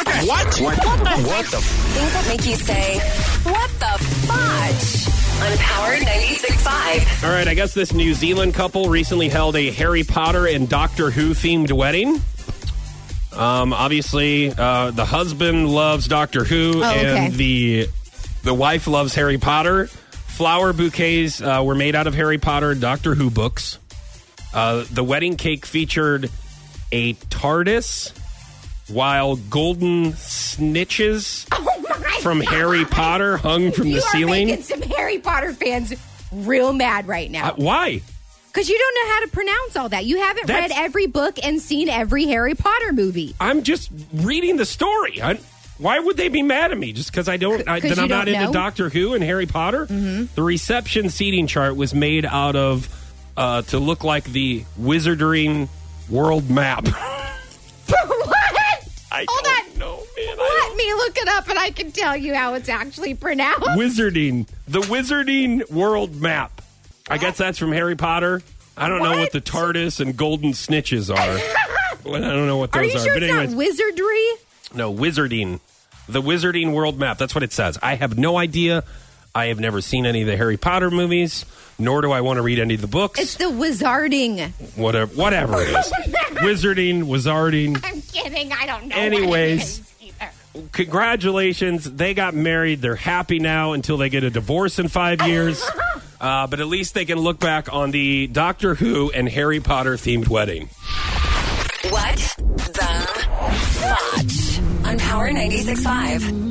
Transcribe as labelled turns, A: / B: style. A: What? What? What the? What the?
B: Things that make you say, what the fudge? On Power 96.5.
A: All right, I guess this New Zealand couple recently held a Harry Potter and Doctor Who themed wedding. Um, obviously, uh, the husband loves Doctor Who,
C: Oh, okay.
A: and the the wife loves Harry Potter. Flower bouquets uh, were made out of Harry Potter and Doctor Who books. Uh, the wedding cake featured a TARDIS, while golden snitches
C: Oh my
A: from
C: God.
A: Harry Potter hung from
C: you
A: the
C: are
A: ceiling.
C: making some Harry Potter fans real mad right
A: Uh,
C: now
A: why?
C: because you don't know how to pronounce all that. You haven't read
A: That's-
C: every book and seen every Harry Potter movie.
A: I'm just reading the story. I, why would they be mad at me just because I don't? I,
C: 'Cause
A: then
C: you
A: I'm not
C: don't
A: into
C: know? Mm-hmm.
A: Doctor Who and Harry Potter. The reception seating chart was made out of uh, to look like the Wizarding World map.
C: what?
A: I
C: Hold
A: don't
C: on.
A: know, man. I
C: Let me look it up and I can tell you how it's actually pronounced.
A: don't- Wizarding the Wizarding World map. I guess that's from Harry Potter. I don't know what
C: What?
A: the TARDIS and Golden Snitches are. Well, I don't know what
C: are
A: those
C: you sure
A: But
C: it's
A: anyways,
C: not wizardry?
A: No, Wizarding. The Wizarding World Map. That's what it says. I have no idea. I have never seen any of the Harry Potter movies, nor do I want to read any of the books.
C: It's the wizarding.
A: whatever, whatever it is. Wizarding, Wizarding.
C: I'm kidding. I don't know. what it
A: Anyways.
C: is either.
A: Congratulations. They got married. They're happy now until they get a divorce in five years. Uh, but at least they can look back on the Doctor Who and Harry Potter themed wedding.
B: What the fudge? On Power 96.5.